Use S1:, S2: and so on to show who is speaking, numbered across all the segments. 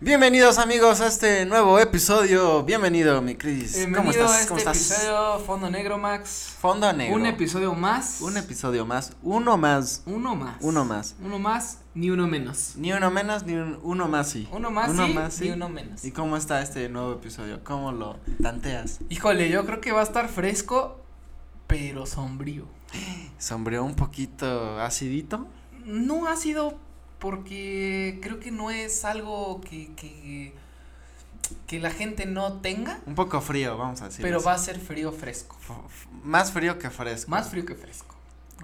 S1: Bienvenidos amigos a este nuevo episodio. Bienvenido, mi Cris.
S2: Bienvenido
S1: ¿Cómo estás?
S2: a este
S1: ¿Cómo estás?
S2: episodio Fondo Negro Max.
S1: Fondo negro.
S2: Un episodio más.
S1: Un episodio más. Uno más.
S2: uno más.
S1: Uno más.
S2: Uno más, ni uno menos.
S1: Ni uno menos, ni un- uno más sí.
S2: Uno más
S1: uno
S2: sí,
S1: más sí.
S2: ni uno menos.
S1: ¿Y cómo está este nuevo episodio? ¿Cómo lo tanteas?
S2: Híjole, yo creo que va a estar fresco, pero sombrío.
S1: ¿Sombreó un poquito acidito?
S2: No ha sido porque creo que no es algo que, que, que la gente no tenga,
S1: Un poco frío, vamos a decir.
S2: pero va a ser frío fresco.
S1: Más frío que fresco.
S2: Más frío que fresco.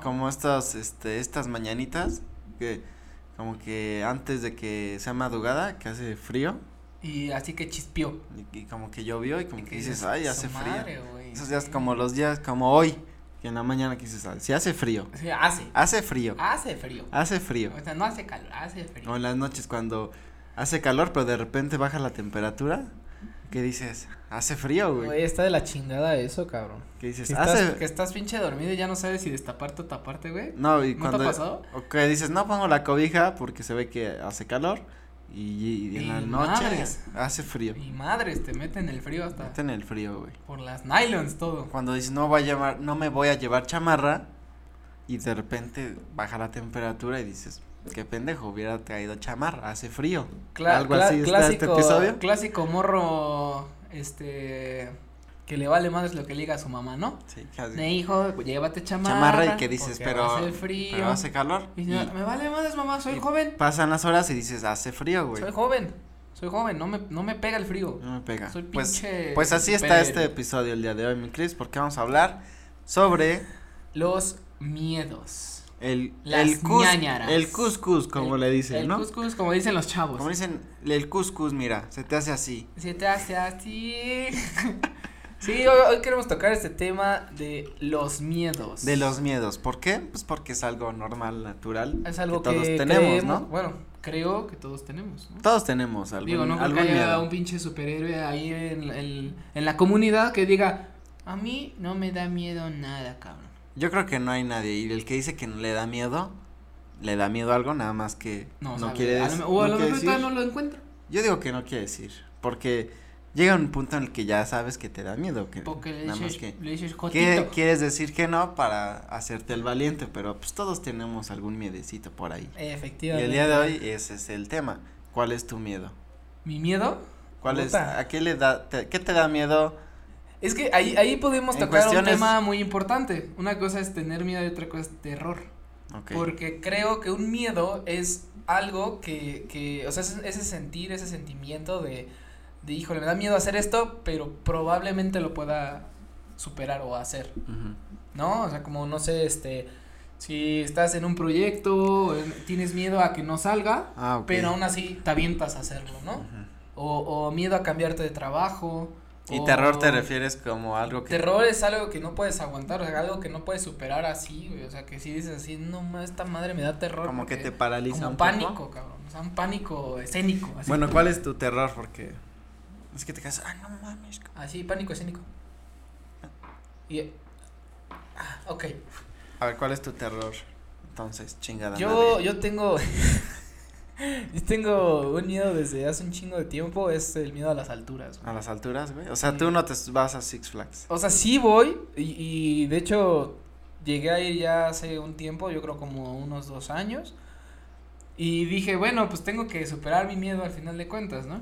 S1: Como estas, este, estas mañanitas que como que antes de que sea madrugada, que hace frío
S2: Y así que chispió.
S1: y, y como que llovió y como
S2: Y
S1: que dices, ay,
S2: "Su
S1: hace
S2: madre,
S1: frío.
S2: güey".
S1: Esos días como los días como hoy, que en la mañana que dices, "Ay, sí hace frío,
S2: Sí, hace.
S1: hace frío,
S2: Hace frío.
S1: hace frío.
S2: O sea, no hace calor, hace frío.
S1: O en las noches cuando hace calor, pero de repente baja la temperatura, que dices, hace frío, güey.
S3: Güey, está de la chingada eso, cabrón.
S1: Que dices,
S3: si estás-
S1: hace...
S2: Que estás pinche dormido y ya no sabes si destaparte o taparte, güey.
S1: No, y
S2: ¿No te
S1: cuando.
S2: ha pasado?
S1: O que dices, no pongo la cobija porque se ve que hace calor. Y, y en
S2: Y
S1: la noche
S2: madres.
S1: hace frío.
S2: Y madres, te meten el frío hasta
S1: Meten el frío, güey.
S2: por las nylons todo.
S1: Cuando dices, no, voy a llevar, no me voy a llevar chamarra. Y de repente baja la temperatura y dices, qué pendejo, hubiera traído chamarra, hace frío.
S2: Cla-
S1: Algo
S2: cla-
S1: así está
S2: clásico,
S1: este episodio.
S2: clásico morro, este, que le vale madres lo que le diga a su mamá, ¿no?
S1: Sí, casi.
S2: Me hijo, llévate chamarra.
S1: Chamarra y que dices,
S2: porque
S1: pero,
S2: Hace frío.
S1: pero hace calor.
S2: Y
S1: Y,
S2: dice, me vale madres, mamá, soy
S1: y
S2: joven.
S1: pasan las horas y dices, hace frío, güey.
S2: Soy joven. Soy joven, no me, no me pega el frío.
S1: No me pega.
S2: Soy
S1: pues,
S2: pinche
S1: pues así está
S2: superhéroe.
S1: este episodio el día de hoy, mi Chris, porque vamos a hablar sobre
S2: Los miedos.
S1: el,
S2: Las
S1: el, cus-
S2: ñañaras.
S1: el cuscus, como
S2: El-
S1: le dicen,
S2: el
S1: ¿no?
S2: cuscús, como dicen los chavos.
S1: Como dicen, el cuscus, mira, se te hace así.
S2: Se te hace así. sí, hoy, hoy queremos tocar este tema de los miedos.
S1: De los miedos. ¿Por qué? Pues porque es algo normal, natural.
S2: Es algo que,
S1: todos tenemos,
S2: creemos-
S1: ¿no?
S2: Bueno, creo que todos tenemos, ¿no?
S1: Todos tenemos algún,
S2: Digo, no creo que
S1: algún
S2: haya
S1: miedo.
S2: un pinche superhéroe ahí en, en- en la comunidad que diga, a mí no me da miedo nada, cabrón.
S1: Yo creo que no hay nadie. Y el que dice que no le da miedo, le da miedo a algo, nada más que no,
S2: sabe,
S1: quiere,
S2: a
S1: des-
S2: lo, me- O a
S1: no
S2: lo
S1: quiere
S2: mejor
S1: decir.
S2: todavía no lo encuentro.
S1: Yo digo que no quiere decir, porque llega un punto en el que ya sabes que te da miedo, que
S2: Porque le
S1: nada más
S2: dices,
S1: que,
S2: le dices
S1: que
S2: jotito.
S1: quieres decir que no para hacerte el valiente, pero pues todos tenemos algún miedecito por ahí. Y
S3: Efectivamente.
S1: el día de hoy ese es el tema. ¿Cuál es tu miedo?
S2: ¿Mi miedo?
S1: ¿Cuál es
S3: Puta.
S1: a qué le da te- qué te da miedo?
S2: Es que ahí, ahí podemos
S1: En
S2: tocar
S1: cuestiones-
S2: un tema muy importante. Una cosa es tener miedo y otra cosa es terror.
S1: Ok.
S2: Porque creo que un miedo es algo que, que o sea, es- ese sentir, ese sentimiento de, de, híjole, me da miedo hacer esto, pero probablemente lo pueda superar o hacer,
S1: Ujú.
S2: ¿no? O sea, como, no sé, este, si estás en un proyecto, en- tienes miedo a que no salga,
S1: Ah, ok.
S2: pero aún así te avientas a hacerlo, ¿no?
S1: Ujú.
S2: O, o miedo a cambiarte de trabajo.
S1: ¿Y
S2: o-
S1: terror te refieres como algo que
S2: Oh. Terror es algo que no puedes aguantar, o sea, algo que no puedes superar así, güey. O sea, que si dices así, no, ma, esta madre me da terror.
S1: como que
S2: porque-
S1: te paraliza
S2: Como
S1: un
S2: pánico,
S1: poco?
S2: cabrón. O sea, un pánico escénico. Así,
S1: Bueno, ¿cuál es tu terror? Porque es que te quedas, ah, no mames.
S2: Así, pánico escénico. Y. ah, Ok.
S1: A ver, ¿cuál es tu terror? Entonces, chingada
S3: Yo,
S1: madre.
S3: yo tengo. yo tengo un miedo desde hace un chingo de tiempo. Es el miedo a las alturas. güey.
S1: A las alturas, güey. O sea, tú no te vas a Six Flags.
S3: O sea, sí voy. Y, y de hecho, llegué a ir ya hace un tiempo. Yo creo como unos dos años.
S2: Y dije, bueno, pues tengo que superar mi miedo al final de cuentas, ¿no?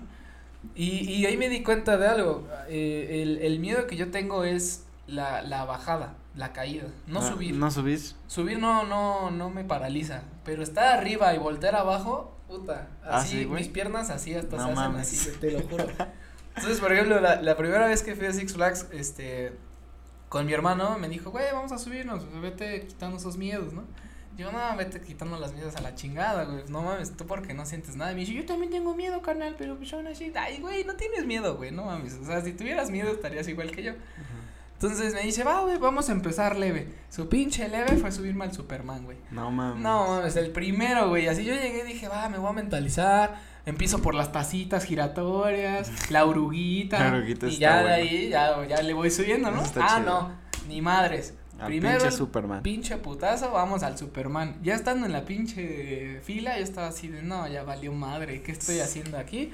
S2: Y, y ahí me di cuenta de algo. eh, el, el miedo que yo tengo es la, la bajada, la caída, no
S1: Ah,
S2: subir.
S1: No subís.
S2: Subir no, no, no me paraliza. Pero estar arriba y voltear abajo, puta.
S1: Ah,
S2: Así,
S1: ¿sí, güey?
S2: mis piernas así hasta
S1: No
S2: se hacen
S1: mames.
S2: así, güey, te lo juro. Entonces, por ejemplo, la, la primera vez que fui a Six Flags, este, con mi hermano, me dijo, güey, vamos a subirnos, güey, vete quitando esos miedos, ¿no? Yo, no, vete quitando las miedos a la chingada, güey. No mames, tú porque no sientes nada. Y me dice, yo también tengo miedo, carnal, pero pues aún así, ay, güey, no tienes miedo, güey, no mames. O sea, si tuvieras miedo estarías igual que yo. Entonces me dice, va, güey, vamos a empezar leve. Su pinche leve fue subirme al Superman, güey.
S1: No mames.
S2: No, mames, el primero, güey. Así yo llegué y dije, va, me voy a mentalizar. Empiezo por las tacitas giratorias, la oruguita.
S1: La oruguita
S2: y
S1: está
S2: ya de
S1: buena.
S2: ahí, ya, ya le voy subiendo, ¿no?
S1: Eso está
S2: Ah,
S1: chido.
S2: no, ni madres.
S1: Al
S2: primero
S1: pinche
S2: el
S1: Superman.
S2: Pinche putazo, vamos al Superman. Ya estando en la pinche fila, yo estaba así de, no, ya valió madre, ¿qué estoy haciendo aquí?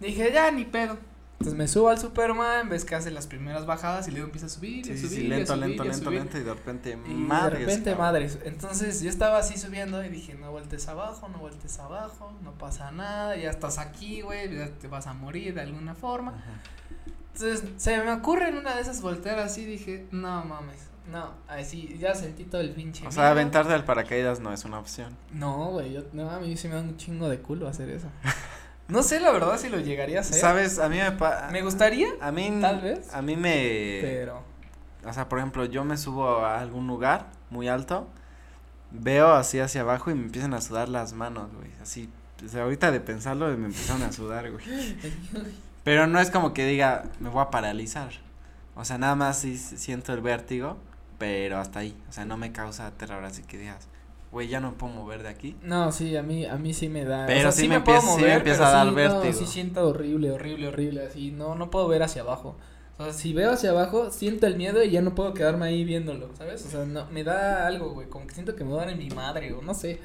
S2: Dije, ya, ni pedo. Entonces me subo al Superman, ves que hace las primeras bajadas y luego empieza a subir, y a
S1: Sí, sí,
S2: subir,
S1: sí,
S2: y a
S1: lento,
S2: subir,
S1: lento,
S2: y a
S1: lento,
S2: subir.
S1: lento y de repente
S2: Y
S1: madres.
S2: de repente,
S1: cabrón.
S2: madres. Entonces yo estaba así subiendo y dije, no vueltes abajo, no vueltes abajo, no pasa nada, ya estás aquí, güey, ya te vas a morir de alguna forma.
S1: Ajá. Ah.
S2: Entonces se me ocurre en una de esas voltear así, dije, no mames, no, así, ya sentí todo el pinche.
S1: O sea,
S2: miedo.
S1: aventarte al paracaídas no es una opción.
S2: No, güey, yo, no, a mí sí me da un chingo de culo hacer eso. No sé la verdad si lo llegaría a hacer.
S1: ¿Sabes? A mí me pa-
S2: Me gustaría,
S1: A mí
S2: Tal vez.
S1: a mí me
S2: pero.
S1: o sea, por ejemplo, yo me subo a algún lugar muy alto, veo así hacia abajo y me empiezan a sudar las manos, güey, así, o sea, ahorita de pensarlo me empezaron a sudar, güey. Pero no es como que diga, me voy a paralizar. O sea, nada más sí s- siento el vértigo, pero hasta ahí. O sea, no me causa terror, así que digas, güey, ya no me puedo mover de aquí.
S3: No, sí, a mí, a mí sí me da.
S1: Pero
S3: o sea,
S1: sí
S3: sí
S1: me
S3: me, puedo
S1: empieza- sí me
S3: mover,
S1: empieza
S3: pero
S1: a dar
S3: sí,
S1: vértigo.
S3: No, sí siento horrible, horrible, horrible, así, no, no puedo ver hacia abajo. O sea, si veo hacia abajo, siento el miedo y ya no puedo quedarme ahí viéndolo, ¿sabes? O sea, no, me da algo, güey, como que siento que me va a dar en mi madre, o no sé.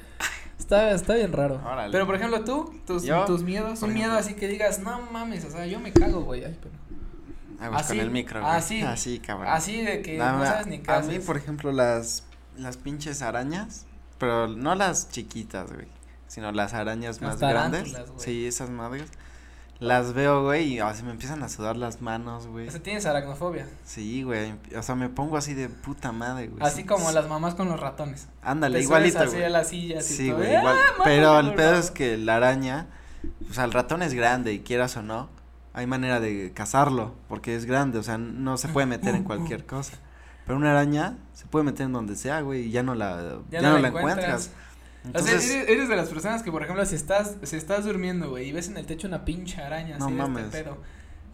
S3: Está, está bien raro.
S1: Órale.
S2: Pero por ejemplo, tú, tus,
S1: Yo,
S2: tus miedos,
S1: por
S2: un miedo
S1: ejemplo.
S2: así que digas, no mames, o sea, yo me cago, güey. ay, pero-
S1: Ah, güey,
S2: así,
S1: con el micro, güey.
S2: así,
S1: Así, cabrón.
S2: Así de que
S1: Nada
S2: no
S1: más,
S2: sabes ni qué
S1: A
S2: haces.
S1: mí, por ejemplo, las, las pinches arañas, pero no las chiquitas, güey, sino las arañas
S2: Las
S1: más grandes.
S2: tarántulas, güey.
S1: Sí, esas madres. Las veo, güey, y así me empiezan a sudar las manos, güey.
S2: O sea, tienes aracnofobia.
S1: Sí, güey, o sea, me pongo así de puta madre, güey.
S2: así
S1: Pues sí,
S2: como
S1: sí.
S2: las mamás con los ratones.
S1: Ándale,
S2: Te
S1: igualito,
S2: subes así
S1: güey.
S2: a las sillas y
S1: Sí,
S2: todo,
S1: güey,
S3: ¡eh!
S2: ¡ah,
S1: igual.
S2: mamá,
S1: Pero el
S2: mamá!
S1: pedo es que la araña, o sea, el ratón es grande y quieras o no, hay manera de cazarlo porque es grande, o sea, no se puede meter en cualquier cosa. Pero una araña se puede meter en donde sea, güey, y ya no la, ya, no, la encuentras.
S2: O sea,
S1: Entonces,
S2: eres, eres de las personas que, por ejemplo, si estás, si estás durmiendo, güey, y ves en el techo una pinche araña,
S1: No
S2: así de este
S1: mames.
S2: pedo,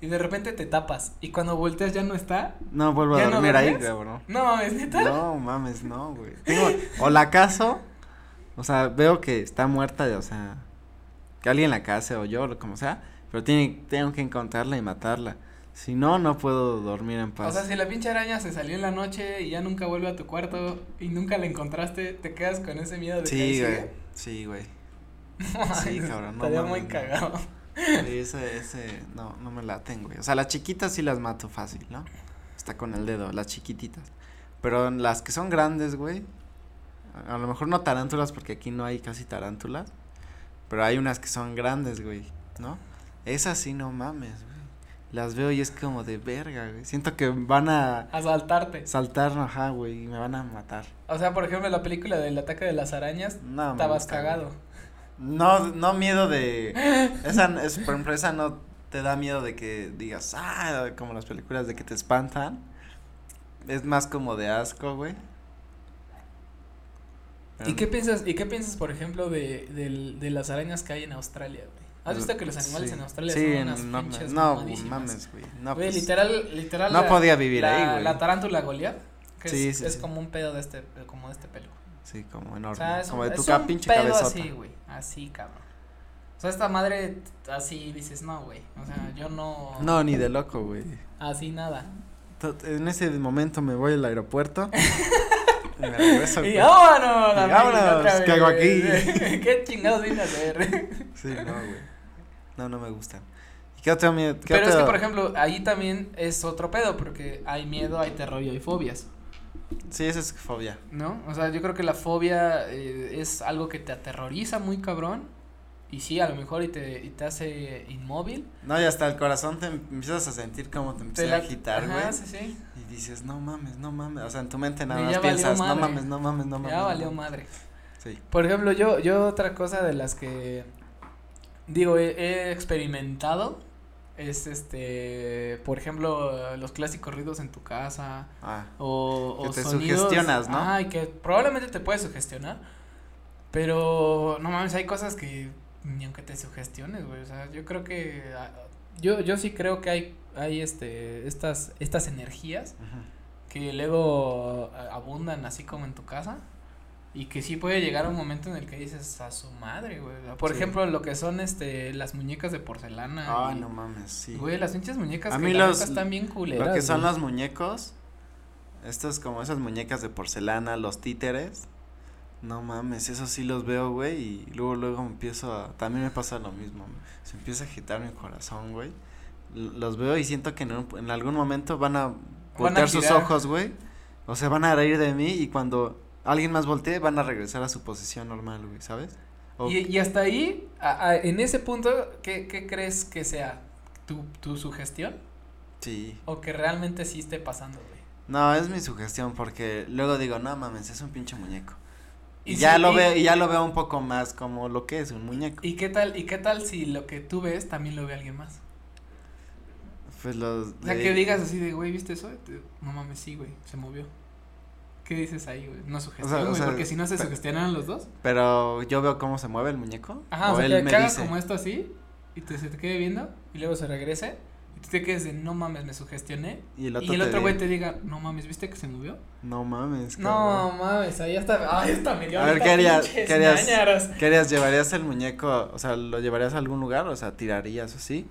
S2: y de repente te tapas, y cuando volteas ya no está,
S1: no vuelvo a
S2: ¿ya no
S1: dormir ahí,
S2: duermes?
S1: cabrón.
S2: no mames, neta.
S1: No, mames, no, güey. Tengo, o la caso, o sea, veo que está muerta, o sea, que alguien la case o yo, lo como sea, pero tiene, tengo que encontrarla y matarla. Si no, no puedo dormir en paz.
S2: O sea, si la pinche araña se salió en la noche y ya nunca vuelve a tu cuarto y nunca la encontraste, te quedas con ese miedo de que ahí
S1: Sí, güey.
S2: sigue?
S1: Sí, güey.
S2: No,
S1: Sí,
S2: mames,
S1: cabrón, no
S2: Estaría
S1: mames,
S2: muy
S1: no.
S2: cagado.
S1: Sí, Ese, ese, no, no me laten, güey. O sea, las chiquitas sí las mato fácil, ¿no? Está con el dedo, las chiquititas. Pero en las que son grandes, güey. a- A lo mejor no tarántulas porque aquí no hay casi tarántulas. Pero hay unas que son grandes, güey, ¿no? Esas sí no mames, güey. Las veo y es como de verga, güey. Siento que van a
S2: Asaltarte.
S1: saltar, ajá, güey, y me van a matar.
S2: O sea, por ejemplo, la película del ataque de las arañas,
S1: No, me
S2: estabas
S1: gusta, güey.
S2: cagado.
S1: No, no miedo de. Esa, es, por ejemplo, esa no te da miedo de que digas, ah, como las películas de que te espantan. Es más como de asco, güey. Pero
S2: ¿Y qué piensas, y qué piensas por ejemplo, de, del- de las arañas que hay en Australia, güey? ¿Has visto que los animales
S1: Em, sí.
S2: en Australia
S1: Sí,
S2: son unas
S1: no,
S2: pinches
S1: no,
S2: mamadísimas?
S1: mames, güey. No,
S2: Güey,
S1: pues,
S2: literal, literal.
S1: no
S2: la-
S1: podía vivir
S2: la-
S1: ahí, güey.
S2: La tarántula Goliath, que
S1: Sí,
S2: es,
S1: sí,
S2: es
S1: sí.
S2: como un pedo de este, como de este pelo.
S1: Sí, como enorme.
S2: O sea, es
S1: como
S2: un,
S1: de tu
S2: es
S1: ca-
S2: un
S1: pinche
S2: pedo
S1: cabezota.
S2: así, güey. Así, cabrón. O sea, esta madre t- así dices, no, güey. O sea, yo no.
S1: No, ni de loco, güey.
S2: Así nada.
S1: To- En ese momento me voy al aeropuerto. y me regreso,
S2: Y
S1: güey.
S2: vámonos,
S1: Y
S2: amigo,
S1: vámonos,
S2: otra
S1: ¿qué hago
S2: vez.
S1: aquí?
S2: ¿Qué chingados vine a hacer?
S1: Sí, no, güey. No, no me gustan. ¿Y qué otro miedo? qué
S2: Pero es que,
S1: otro-
S2: por ejemplo, ahí también es otro pedo, porque hay miedo, hay terror y hay fobias,
S1: Sí, esa es fobia.
S2: ¿no? O sea, yo creo que la fobia eh, es algo que te aterroriza muy cabrón, y sí, a lo mejor y te, y te hace inmóvil.
S1: No, y hasta el corazón te em- empiezas a sentir como te
S2: Te
S1: empieza a
S2: la-
S1: agitar,
S2: Ajá,
S1: güey.
S2: sí, sí.
S1: Y dices, no mames, no mames. O sea, en tu mente nada
S2: Y
S1: más
S2: ya valió
S1: piensas, no
S2: madre.
S1: mames, no mames, no mames.
S2: ya
S1: no
S2: valió
S1: mames".
S2: madre.
S1: Sí.
S3: Por ejemplo, yo, yo otra cosa de las que
S2: Digo, he, he experimentado, es este, por ejemplo, los clásicos ruidos en tu casa,
S1: Ah,
S2: o,
S1: Que
S2: o
S1: te
S2: sonidos,
S1: sugestionas, ¿no?
S2: Ay, que probablemente te puedes sugestionar. Pero no mames, hay cosas que ni aunque te sugestiones, güey. O sea, yo creo que ah, yo yo sí creo que hay hay este estas estas energías
S1: ujú.
S2: que luego ah, abundan así como en tu casa y que sí puede llegar un momento en el que dices a su madre, güey. Por
S1: Sí.
S2: ejemplo, lo que son este las muñecas de porcelana.
S1: Ah,
S2: y-
S1: no mames, sí.
S2: Güey, las pinches muñecas
S1: A
S2: que
S1: mí
S2: la
S1: los-
S2: neta están bien
S1: Lo
S2: culeras.
S1: que son
S2: güey.
S1: los muñecos, estos como esas muñecas de porcelana, los títeres. No mames, eso sí los veo, güey, y luego, luego empiezo a... También me pasa lo mismo, se empieza a agitar mi corazón, güey. L- Los veo y siento que en, un- en algún momento van a voltear sus
S2: girar.
S1: ojos, güey. O se van a reír de mí y cuando alguien más voltee van a regresar a su posición normal, güey, ¿sabes? O-
S2: Y, y hasta ahí, a- a- en ese punto, ¿qué, qué crees que sea? ¿Tu, ¿Tu sugestión?
S1: Sí.
S2: ¿O que realmente sí esté pasando, güey?
S1: No, es mi sugestión porque luego digo, no mames, es un pinche muñeco. Y,
S2: Y
S1: ya
S2: sí,
S1: lo
S2: y-
S1: veo, y ya lo veo un poco más como lo que es un muñeco.
S2: ¿Y qué tal, y qué tal si lo que tú ves también lo ve alguien más?
S1: Pues los
S2: O sea,
S1: de-
S2: que digas así de, güey, ¿viste eso? Te- No mames, sí, güey, se movió. ¿Qué dices ahí, güey? No sugestión,
S1: o
S2: güey,
S1: sea,
S2: porque si no se
S1: pe-
S2: sugestionaron los dos.
S1: Pero yo veo cómo se mueve el muñeco.
S2: Ajá, o,
S1: o
S2: sea,
S1: él
S2: que,
S1: me
S2: que haga
S1: dice.
S2: como esto así y te, se te quede viendo y luego se regrese y tú te quedes de, no mames, me sugestioné.
S1: Y el otro,
S2: Y el
S1: te
S2: otro güey
S1: dice,
S2: te diga, no mames, ¿viste que se movió?
S1: No mames.
S3: No mames, ahí está. Ahí está, me dio
S1: A ver,
S3: ahorita
S1: ¿qué harías?
S3: pinches
S1: ¿Qué harías?
S3: ñañaras.
S1: ¿Qué harías? ¿Llevarías el muñeco? O sea, ¿lo llevarías a algún lugar? O sea, ¿tirarías así?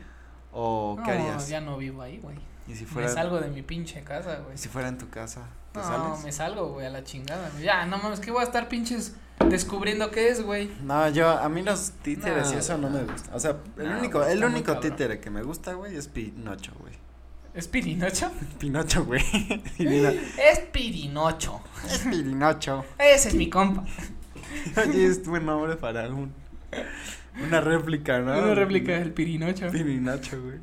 S1: ¿O qué
S2: no,
S1: harías?
S2: ya no vivo ahí, güey.
S1: ¿Y si fuera,
S2: Me salgo de mi pinche casa, güey.
S1: y si fuera en tu casa? ¿Te
S2: No,
S1: sales?
S2: me salgo, güey, a la chingada. güey. Ya, no mames, que voy a estar pinches descubriendo qué es, güey.
S1: No, yo, a mí los títeres y
S2: No,
S1: eso no pues
S2: no.
S1: me gusta. O sea, el
S2: No,
S1: único,
S2: güey,
S1: el
S2: está muy
S1: único
S2: cabrón.
S1: títere que me gusta, güey, es Pinocho, güey.
S2: ¿Es Pirinocho?
S1: Pinocho, güey. Divino.
S2: es Pirinocho.
S1: es Pinocho.
S2: Ese es mi compa.
S1: Oye, es buen nombre para un, una réplica, Ah, ¿no?
S2: Una réplica del Pirinocho.
S1: Pirinocho, güey.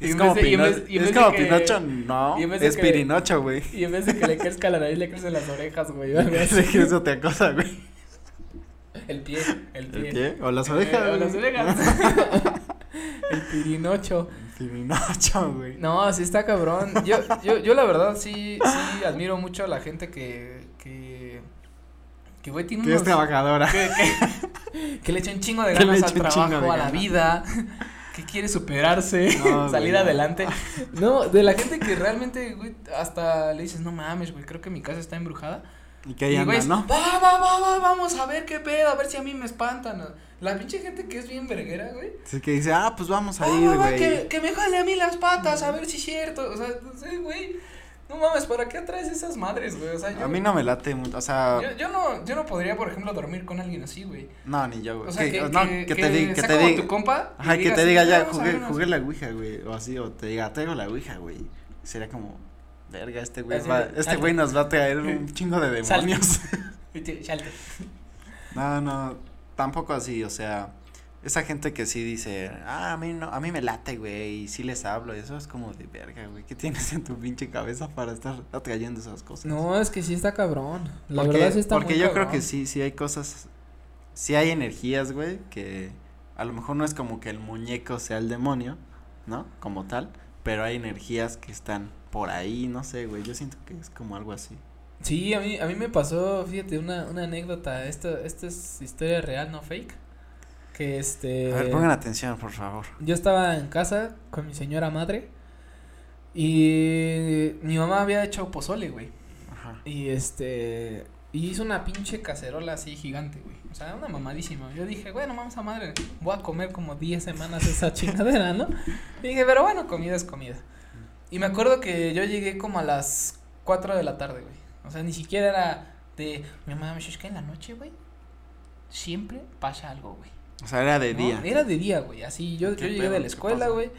S2: Y en
S1: Es
S2: vez
S1: como,
S2: de- y en
S1: Pino-
S2: vez- y
S1: es
S2: en vez de
S1: como
S2: que-
S1: Pinocho, no.
S2: y en vez de
S1: Es
S2: que-
S1: Pirinocho, güey.
S2: Y en vez de que le crezca la nariz, le crecen las orejas, güey. algo así.
S1: Ese que es otra cosa, güey.
S2: El pie, el pie.
S1: ¿El qué? O las
S2: Eh,
S1: orejas.
S2: o las
S1: güey.
S2: orejas. el Pirinocho.
S1: Pirinocho, güey.
S2: No, sí está cabrón. Yo, yo, yo la verdad sí, sí admiro mucho a la gente que, que, que güey tiene
S1: Que es
S2: unos-
S1: trabajadora.
S2: que, que- que le echa un chingo de
S1: Que le
S2: ganas al
S1: echa un chingo
S2: trabajo,
S1: de
S2: a la
S1: ganas.
S2: vida, que quiere superarse,
S1: No,
S2: salir
S1: güey.
S2: adelante. No, de la gente que realmente, güey, hasta le dices, no mames, güey, creo que mi casa está embrujada.
S1: Y que ahí
S2: y güey,
S1: anda, ¿no?
S2: va, va, va, va, vamos a ver qué pedo, a ver si a mí me espantan. La pinche gente que es bien verguera, güey.
S1: Así que dice, ah, pues vamos a
S2: Ah,
S1: ir,
S2: va, va,
S1: güey.
S2: que, que me jale a mí las patas, a ver si es cierto. O sea, no sé, güey. No mames, ¿para qué atraes esas madres, güey? O sea, yo.
S1: A mí no me late mucho, o sea,
S2: Yo, yo no, yo no podría, por ejemplo, dormir con alguien así, güey.
S1: no, ni yo, güey.
S2: O sea, que,
S1: no,
S2: que,
S1: que te diga, que
S2: sea
S1: te
S2: como
S1: diga,
S2: tu compa. y
S1: ajá, que te
S2: así,
S1: diga
S2: "Ah,
S1: ya,
S2: vamos a
S1: jugué,
S2: vernos".
S1: jugué la ouija, güey, o así, o te diga, traigo la ouija, güey, sería como, verga, este güey
S2: Así
S1: va,
S2: de, "Ah,
S1: este
S2: salte.
S1: güey nos va a traer un chingo de
S2: Salte.
S1: demonios.
S2: Y te- salte.
S1: No, no, tampoco así, o sea, esa gente que sí dice, ah, a mí no, a mí me late, güey, y sí les hablo, y eso es como de verga, güey, ¿qué tienes en tu pinche cabeza para estar atrayendo esas cosas?
S3: No, es que sí está cabrón. La
S1: porque,
S3: verdad sí está
S1: Porque
S3: muy
S1: yo creo
S3: cabrón.
S1: que sí, sí hay cosas, sí hay energías, güey, que a lo mejor no es como que el muñeco sea el demonio, ¿no? Como tal, pero hay energías que están por ahí, no sé, güey, yo siento que es como algo así.
S3: Sí, a mí, a mí me pasó, fíjate, una, una anécdota. Esta, esta es historia real, no fake. Que este.
S2: Eh,
S1: A ver, pongan atención, por favor.
S3: Yo estaba en casa con mi señora madre. Y mi mamá había hecho pozole, güey.
S1: Ajá.
S3: Y este. Y hizo una pinche cacerola así.
S2: Así gigante, güey. O sea, una mamadísima. Yo dije, bueno, vamos a madre. Voy a comer como 10 semanas esa chingadera, ¿no? Y dije, pero bueno, comida es comida. Y me acuerdo que yo llegué como a las 4 de la tarde, güey. O sea, ni siquiera era de, mi mamá me dice, es que en la noche, güey, siempre pasa algo, güey.
S1: O sea, era de
S2: ¿no? Eh.
S1: día.
S2: Era de día, güey. Así, yo,
S1: ¿Qué
S2: yo llegué
S1: pedo?
S2: de la
S1: ¿Qué
S2: escuela,
S1: pasó?
S2: güey.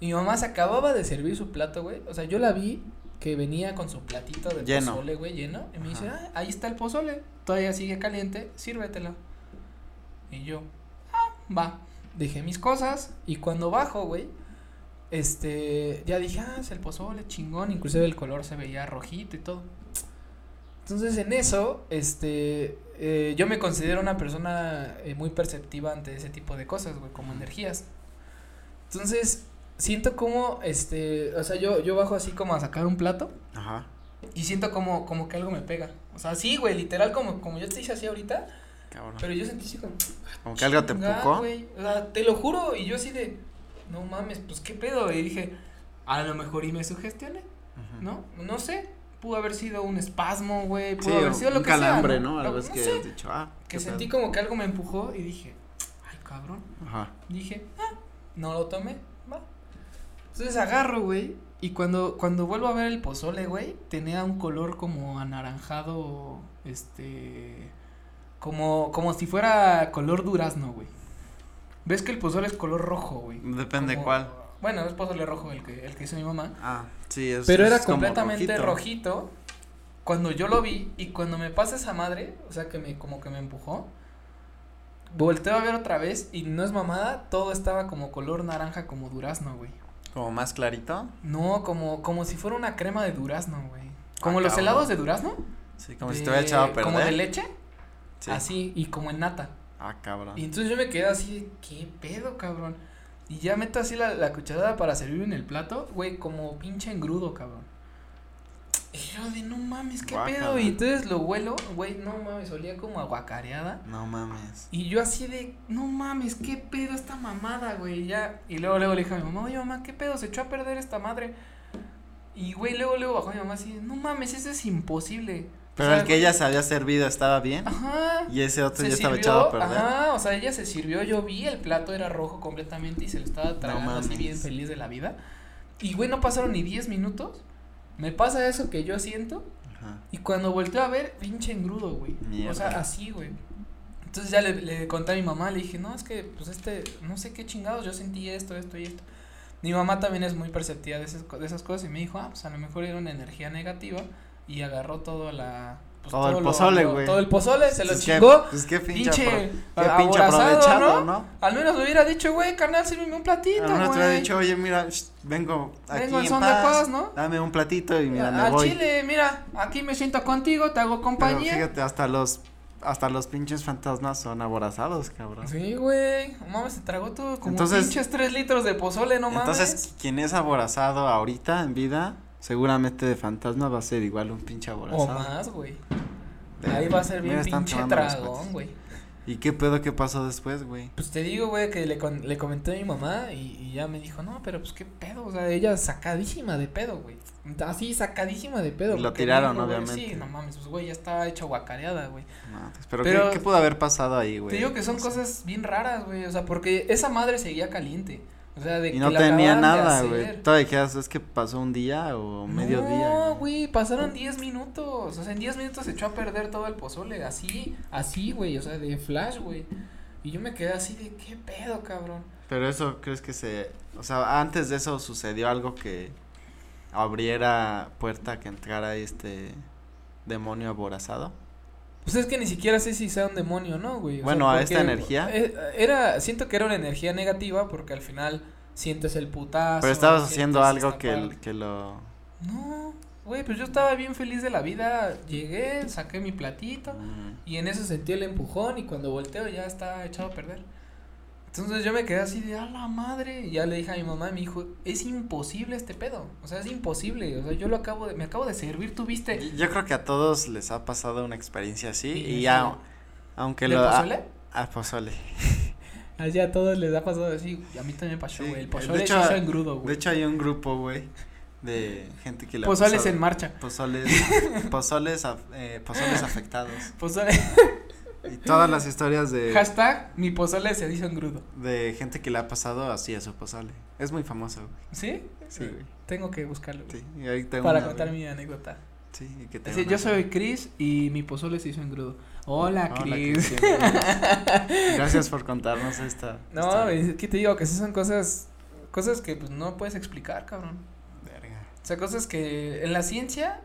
S2: Y mi mamá se acababa de servir su plato, güey. O sea, yo la vi que venía con su platito de
S1: Lleno.
S2: pozole, güey, lleno. Y me dice,
S1: Ajá.
S2: ah, ahí está el pozole. Todavía sigue caliente, sírvetelo. Y yo, ah, va. Dejé mis cosas y cuando bajo, güey, este, ya dije, ah, es el pozole, chingón. Inclusive el color se veía rojito y todo. Entonces en eso, este, eh, yo me considero una persona eh, muy perceptiva ante ese tipo de cosas, güey, como energías. Entonces, siento como, este, o sea, yo, yo bajo así como a sacar un plato
S1: Ajá.
S2: y siento como, como que algo me pega. O sea, sí, güey, literal, como, como yo te hice así ahorita,
S1: Cabrón.
S2: pero yo sentí así como...
S1: como que algo te
S2: "Chinga,
S1: empujó.
S2: güey". O sea, te lo juro, y yo así de, no mames, pues qué pedo, y dije, a lo mejor y me sugestioné.
S1: Ujú.
S2: ¿no? No sé, pudo haber sido un espasmo, güey,
S1: Sí,
S2: pudo haber sido
S1: un
S2: lo que
S1: calambre,
S2: sea.
S1: ¿no?
S2: Lo-
S1: Algo es que
S2: sé,
S1: has dicho, ah.
S2: que
S1: qué
S2: sentí
S1: pedo.
S2: como que algo me empujó y dije, ay, cabrón.
S1: Ajá.
S2: Dije, ah, no lo tomé, va. Entonces agarro, güey, y cuando, cuando vuelvo a ver el pozole, güey, tenía un color como anaranjado, este, Como, como si fuera color durazno, güey. ¿Ves que el pozole es color rojo, güey?
S1: Depende
S2: Como-
S1: cuál.
S2: Bueno, es pozole rojo el que, el que hizo mi mamá.
S1: Ah, sí, es.
S3: Pero
S1: es
S3: era
S1: como
S2: completamente
S1: rojito.
S2: rojito. Cuando yo lo vi y cuando me pasa esa madre, o sea, que me como que me empujó, volteo a ver otra vez y no es mamada, todo estaba como color naranja como durazno, güey.
S1: Como más clarito.
S2: No, como como si fuera una crema de durazno, güey. Como
S1: Ah,
S2: los
S1: cabrón.
S2: helados de durazno?
S1: Sí, como si
S2: de-
S1: te hubiera echado a perder.
S2: Como de leche,
S1: Sí.
S2: así y como en nata.
S1: Ah, cabrón.
S2: Y entonces yo me quedé así, ¿qué pedo, cabrón? Y ya meto así la, la cucharada para servir en el plato, güey, como pinche engrudo, cabrón. Y yo de no mames, ¿qué pedo?
S1: Guácala.
S2: Y entonces lo huelo, güey, no mames, olía como aguacareada.
S1: No mames.
S2: Y yo así de, no mames, ¿qué pedo esta mamada, güey? Ya. Y luego, luego le dije a mi mamá, oye, mamá, ¿qué pedo? Se echó a perder esta madre. Y, güey, luego, luego bajó mi mamá así, no mames, eso es imposible.
S1: Pero
S2: O sea,
S1: el que ella se había servido estaba bien.
S2: Ajá.
S1: Y ese otro
S2: Se
S1: ya estaba
S2: sirvió,
S1: echado a perder.
S2: Ajá, o sea, ella se sirvió, yo vi, el plato era rojo completamente y se lo estaba tragando así
S1: mames.
S2: bien feliz de la vida. Y güey, no pasaron ni 10 minutos. Me pasa eso que yo siento
S1: Ajá.
S2: y cuando volteo a ver, pinche engrudo, güey. O sea,
S1: Mierda.
S2: así, güey. Entonces ya le, le conté a mi mamá, le dije, no, es que, pues este, no sé qué chingados, yo sentí esto, esto y esto. Mi mamá también es muy perceptiva de esas, co- de esas cosas y me dijo, ah, pues a lo mejor era una energía negativa y agarró toda la... pues,
S1: Todo el
S2: lo-
S1: pozole,
S2: lo-
S1: güey.
S2: Todo el pozole, se lo
S1: Pues qué-
S2: chingó.
S1: Pues qué pinche,
S2: Pinche,
S1: apro- qué
S2: a-
S1: pinche
S2: aborazado,
S1: aprovechado, ¿no?
S2: Al menos me hubiera dicho, güey, carnal, sírveme un platito,
S1: A lo mejor te hubiera
S2: güey.
S1: dicho, oye, mira, sh, vengo aquí
S2: Vengo en
S1: en
S2: son de
S1: paz,
S2: paz, ¿no?
S1: Dame un platito y mira,
S2: A-
S1: me
S2: Al
S1: voy.
S2: chile, mira, aquí me siento contigo, te hago
S1: Pero
S2: compañía.
S1: fíjate, hasta los, hasta los pinches fantasmas son aborazados, cabrón.
S2: Sí, güey. No mames, se tragó todo como
S1: Entonces-
S2: pinches tres litros de pozole, no mames.
S1: Entonces, quien es aborazado ahorita en vida, seguramente de fantasma va a ser igual un pinche aborazado.
S2: o más, güey.
S1: Verga.
S2: Ahí va a ser bien
S1: Mira, están
S2: pinche
S1: tomando los
S2: tragón,
S1: cuates.
S2: güey.
S1: ¿Y qué pedo que pasó después, güey?
S2: Pues te digo, güey, que le, con- le comenté a mi mamá y, y ya me dijo, no, pero pues qué pedo. O sea, ella sacadísima de pedo, güey. Así, sacadísima de pedo.
S1: Y lo
S2: porque me
S1: tiraron,
S2: dijo, güey,
S1: obviamente.
S2: Sí, no mames, pues güey, ya estaba hecha guacareada, güey.
S1: No, pues, pero,
S2: Pero-
S1: ¿qué, qué pudo haber pasado ahí, güey?
S2: Te digo que son
S1: No sé.
S2: cosas bien raras, güey. O sea, porque esa madre seguía caliente. O sea, de
S1: Y
S2: que
S1: no
S2: la
S1: tenía
S2: acababan de
S1: nada,
S2: hacer.
S1: güey. Todavía dijeras, es que pasó un día o medio día.
S2: No, güey, pasaron 10 minutos. O sea, en 10 minutos se echó a perder todo el pozole. Así, así, güey. O sea, de flash, güey. Y yo me quedé así de, ¿qué pedo, cabrón?
S1: Pero eso, ¿crees que se...? O sea, antes de eso sucedió algo que abriera puerta a que entrara este demonio aborazado.
S2: Pues es que ni siquiera sé si sea un demonio o no, güey. o
S1: Bueno, a esta
S2: porque,
S1: energía.
S2: eh, Era, siento que era una energía negativa porque al final sientes el putazo.
S1: Pero estabas
S2: sientes
S1: haciendo
S2: esta
S1: algo que,
S2: parte.
S1: que lo...
S2: No, güey, pues yo estaba bien feliz de la vida. Llegué, saqué mi platito.
S1: Mm.
S2: Y en eso sentí el empujón y cuando volteo ya estaba echado a perder. Entonces yo me quedé así de, a la madre. Y ya le dije a mi mamá, me dijo, es imposible este pedo. O sea, es imposible. O sea, yo lo acabo de, me acabo de servir, tú viste.
S1: Y Yo creo que a todos les ha pasado una experiencia así
S2: Sí,
S1: y
S2: sí.
S1: ya, aunque
S2: ¿Le
S1: lo... a-
S2: pozole?
S1: a Ah, pozole.
S2: Allá a todos les ha pasado así. Y a mí también me pasó,
S1: Sí,
S2: güey. El
S1: de
S2: pozole
S1: hecho,
S2: se hizo engrudo,
S1: De
S2: güey.
S1: hecho hay un grupo, güey, de gente que le ha
S2: Pozoles
S1: pasado-
S2: en marcha.
S1: Pozoles, pozoles, af- eh, pozoles afectados.
S2: Pozole.
S1: Y todas las historias de...
S2: Hashtag, mi pozole se hizo engrudo.
S1: de gente que le ha pasado así a su pozole. Es muy famoso, güey.
S2: ¿Sí?
S1: Sí, güey.
S2: Tengo que buscarlo, güey.
S1: Sí, y ahí tengo
S2: Para
S1: una,
S2: contar
S1: güey.
S2: mi anécdota.
S1: Sí, y que tengo
S2: Así,
S1: una,
S2: yo soy
S1: güey.
S2: Chris y mi pozole se hizo engrudo. Hola,
S1: Hola,
S2: Chris.
S1: Cris, bienvenido. Gracias por contarnos esta.
S2: No,
S1: esta
S2: güey, ¿qué te digo? Que sí son cosas, cosas que pues no puedes explicar, cabrón.
S1: verga.
S2: O sea, cosas que en la ciencia,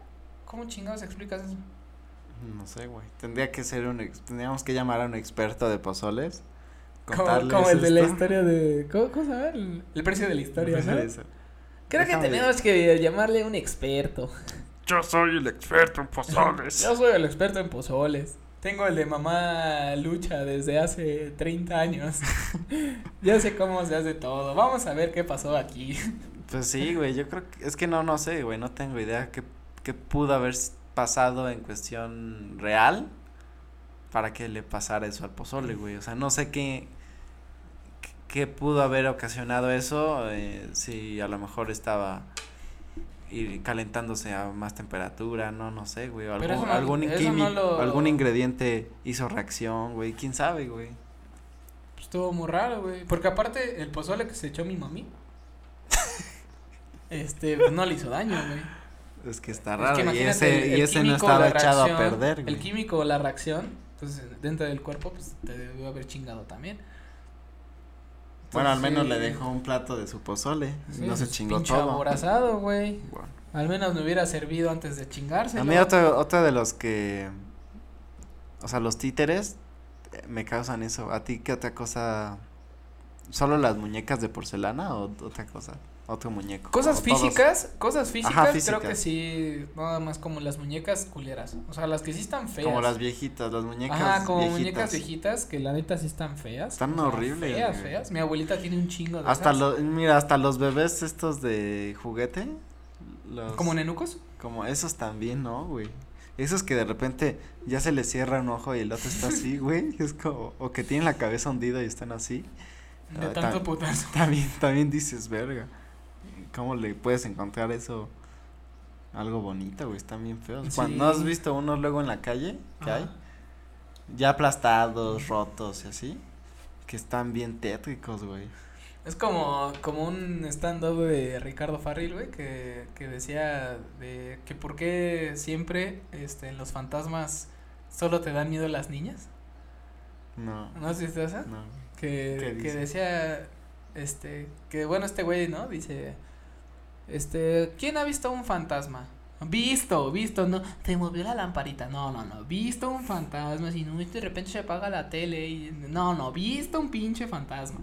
S2: ¿cómo chingados explicas eso?
S1: No sé, güey. Tendría que ser un. ex- Tendríamos que llamar a un experto de pozoles.
S3: Como, como el de la historia de. ¿Cómo, cómo se llama? El-
S2: El precio de la historia,
S1: historia.
S2: ¿no?
S3: Creo que
S1: Déjame-
S3: tenemos que llamarle un experto.
S4: Yo soy el experto en pozoles.
S3: Yo soy el experto en pozoles.
S2: Tengo el de mamá lucha desde hace 30 años. ya sé cómo se hace todo. Vamos a ver qué pasó aquí.
S1: Pues sí, güey. Yo creo que. Es que no, no sé, güey. No tengo idea qué, qué pudo haber s- pasado en cuestión real para que le pasara eso al pozole, güey. O sea, no sé qué. qué- ¿Qué pudo haber ocasionado eso? eh, si a lo mejor estaba ir calentándose a más temperatura, no, no sé, güey. o Algún,
S2: Pero eso no-
S1: algún,
S2: eso
S1: químico-
S2: no lo-
S1: algún ingrediente hizo reacción, güey. ¿Quién sabe, güey?
S2: Pues, estuvo muy raro, güey. Porque aparte, el pozole que se echó mi mami. Este, pues, no le hizo daño, güey.
S1: Es que está
S2: Es
S1: raro.
S2: que
S1: y
S2: imagínate,
S1: ese,
S2: el-
S1: y
S2: el
S1: ese no
S2: químico,
S1: estaba
S2: la
S1: echado a
S2: reacción,
S1: perder, güey.
S2: El químico, la reacción, pues dentro del cuerpo, pues te debió haber chingado también.
S1: Bueno, al menos le
S2: Entonces,
S1: dejó un plato de su pozole.
S2: Pues, sí,
S1: no se
S2: pues,
S1: chingó
S2: pinche
S1: todo.
S2: aborazado, güey.
S1: Bueno.
S2: Al menos me hubiera servido antes de chingarse.
S1: A mí otra, otra de los que, o sea, los títeres eh, me causan eso. ¿A ti qué otra cosa? ¿Solo las muñecas de porcelana o otra cosa? Otro muñeco.
S2: Cosas
S1: ¿O todos?
S2: físicas, cosas físicas, creo que
S1: físicas.
S2: sí, nada más como las muñecas culeras. O sea, las que sí están feas.
S1: Como las viejitas, las muñecas
S2: Ajá, como
S1: viejitas.
S2: muñecas viejitas que la neta sí están feas.
S1: Están
S2: o sea,
S1: horribles,
S2: Feas,
S1: güey.
S2: feas. Mi abuelita tiene un chingo de
S1: Hasta
S2: esas.
S1: los, mira, hasta los bebés estos de juguete. Los,
S2: ¿Como nenucos?
S1: como esos también, ¿no, güey? Esos que de repente ya se les cierra un ojo y el otro está así, güey. Es como, o que tienen la cabeza hundida y están así.
S2: De
S1: Ah,
S2: tanto
S1: tam-
S2: putazo.
S1: También, también dices, verga. ¿Cómo le puedes encontrar eso? Algo bonito, güey. Están bien feos. Cuando ¿No has
S2: Sí.
S1: visto unos luego en la calle que
S2: Ajá.
S1: hay? Ya aplastados, rotos y así. Que están bien tétricos, güey.
S2: Es como, como un stand-up de Ricardo Farril, güey, que, que decía de que por qué siempre este, en los fantasmas solo te dan miedo las niñas.
S1: No,
S2: ¿No has visto esa?
S1: no. güey. ¿Qué
S2: que, que
S1: dice?
S2: decía, este, que bueno, este güey, ¿no? Dice, este, ¿quién ha visto un fantasma? Visto, visto, no, te movió la lamparita, no, no, no, visto un fantasma, si no, y de repente se apaga la tele, y, no, no, visto un pinche fantasma,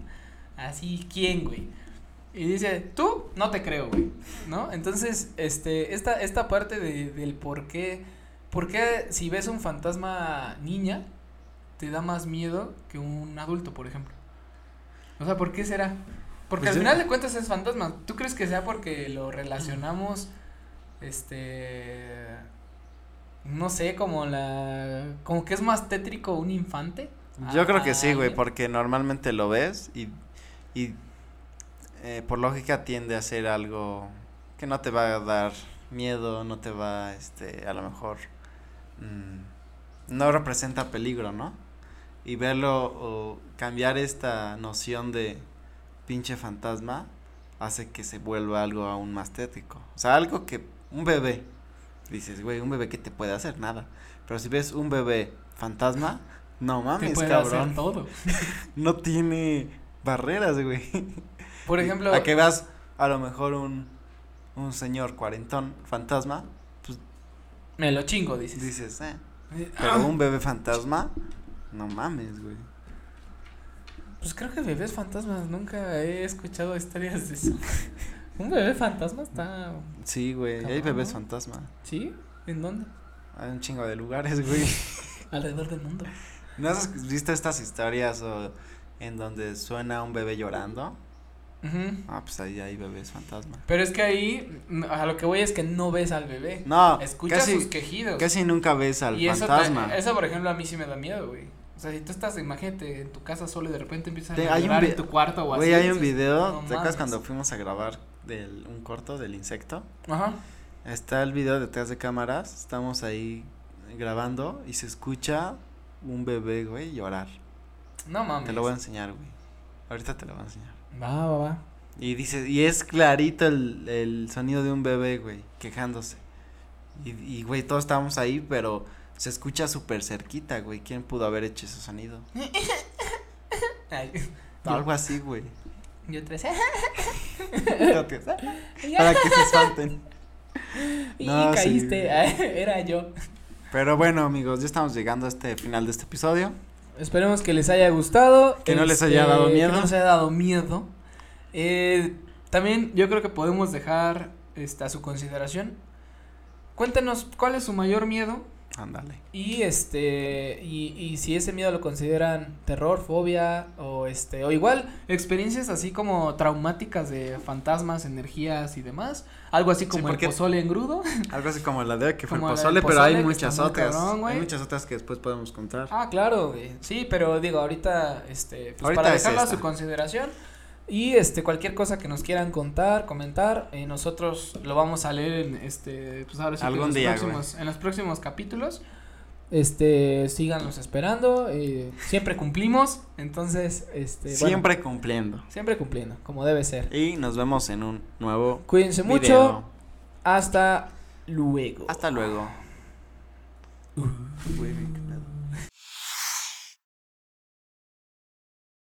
S2: así, ¿quién, güey? Y dice, tú, no te creo, güey, ¿no? Entonces, este, esta, esta parte de, del por qué, por qué si ves un fantasma niña, te da más miedo que un adulto, por ejemplo. O sea, ¿por qué será? Porque
S1: Pues
S2: al
S1: yo-
S2: final de cuentas es fantasma. ¿Tú crees que sea porque lo relacionamos, este, no sé, como la, como que es más tétrico un infante?
S1: Yo
S2: a-
S1: creo que
S2: a
S1: sí, güey,
S2: Ah, alguien?
S1: porque normalmente lo ves y, y eh, por lógica tiende a ser algo que no te va a dar miedo, no te va, este, a lo mejor, mm, no representa peligro, ¿no? Y verlo o cambiar esta noción de pinche fantasma hace que se vuelva algo aún más tétrico. O sea, algo que un bebé, dices, güey, un bebé que te puede hacer nada. Pero si ves un bebé fantasma, no
S2: Te
S1: mames,
S2: puede hacer
S1: cabrón.
S2: todo.
S1: No tiene barreras, güey.
S2: Por ejemplo,
S1: A que veas a lo mejor un, un señor cuarentón fantasma, pues
S2: me lo chingo, dices.
S1: dices, eh.
S2: Eh,
S1: Pero un bebé fantasma, no mames, güey.
S2: Pues creo que bebés fantasmas, nunca he escuchado historias de eso. un bebé fantasma está,
S1: Sí, güey, hay bebés
S2: Cabrón.
S1: fantasma.
S2: ¿sí? ¿En dónde?
S1: Hay un chingo de lugares, güey.
S2: Alrededor del mundo.
S1: ¿No has visto estas historias o en donde suena un bebé llorando?
S2: Ujú.
S1: Ah, pues ahí hay bebés fantasma.
S2: Pero es que ahí, mm, a lo que voy es que no ves al bebé.
S1: No,
S2: Escuchas
S1: casi,
S2: sus quejidos.
S1: casi nunca ves al
S2: y eso, ta-
S1: fantasma.
S2: eso, por ejemplo, a mí sí me da miedo, güey. O sea, si tú estás, imagínate, en tu casa solo y de repente empiezas
S1: Te-
S2: a
S1: hay un
S2: llorar
S1: vi-
S2: en tu cuarto o así.
S1: Güey, hay un
S2: dices,
S1: video,
S2: "No
S1: ¿te acuerdas
S2: mames".
S1: cuando fuimos a grabar del, un corto del insecto?
S2: Ajá.
S1: Está el video detrás de cámaras, estamos ahí grabando y se escucha un bebé, güey, llorar.
S2: No mames.
S1: Te lo voy a enseñar, güey. Ahorita te lo voy a enseñar.
S2: Va, va, va.
S1: Y dice, y es clarito el, el sonido de un bebé, güey, quejándose. Y, y, güey, todos estábamos ahí, pero se escucha súper cerquita, güey. ¿Quién pudo haber hecho ese sonido?
S2: Ay,
S1: Algo así, güey.
S2: yo tres.
S1: Para que se espanten.
S2: y
S1: No, sí.
S2: caíste. Era yo.
S1: Pero bueno, amigos, ya estamos llegando a este final de este episodio.
S2: Esperemos que les haya gustado. este,
S1: Que no les haya dado miedo.
S2: Que no les haya dado miedo. Eh, también yo creo que podemos dejar este, a su consideración. Cuéntenos cuál es su mayor miedo.
S1: Ándale.
S2: Y este. Y, y si ese miedo lo consideran terror, fobia. O este. O igual, experiencias así como traumáticas de fantasmas, energías y demás. Algo así como el
S1: porque-
S2: pozole en grudo.
S1: Algo así como la de que fue el
S2: Como la del
S1: pozole, pero hay
S2: pozole, que
S1: muchas
S2: está muy
S1: otras.
S2: cabrón, güey.
S1: hay muchas otras que después podemos contar.
S2: Ah, claro, güey. Sí, pero digo, ahorita, este, pues
S1: Ahorita
S2: para
S1: es
S2: dejarlo a
S1: esta.
S2: su consideración. Y este, cualquier cosa que nos quieran contar, comentar, eh, nosotros lo vamos a leer en este, pues ahora sí que
S1: Algún
S2: en los
S1: día, güey.
S2: próximos, en los próximos capítulos. Este, síganos esperando, eh, siempre cumplimos, entonces, este, bueno,
S1: Siempre cumpliendo.
S2: siempre cumpliendo, como debe ser.
S1: Y nos vemos en un nuevo
S2: Cuídense mucho,
S1: video.
S2: hasta luego.
S1: Hasta luego. Güey.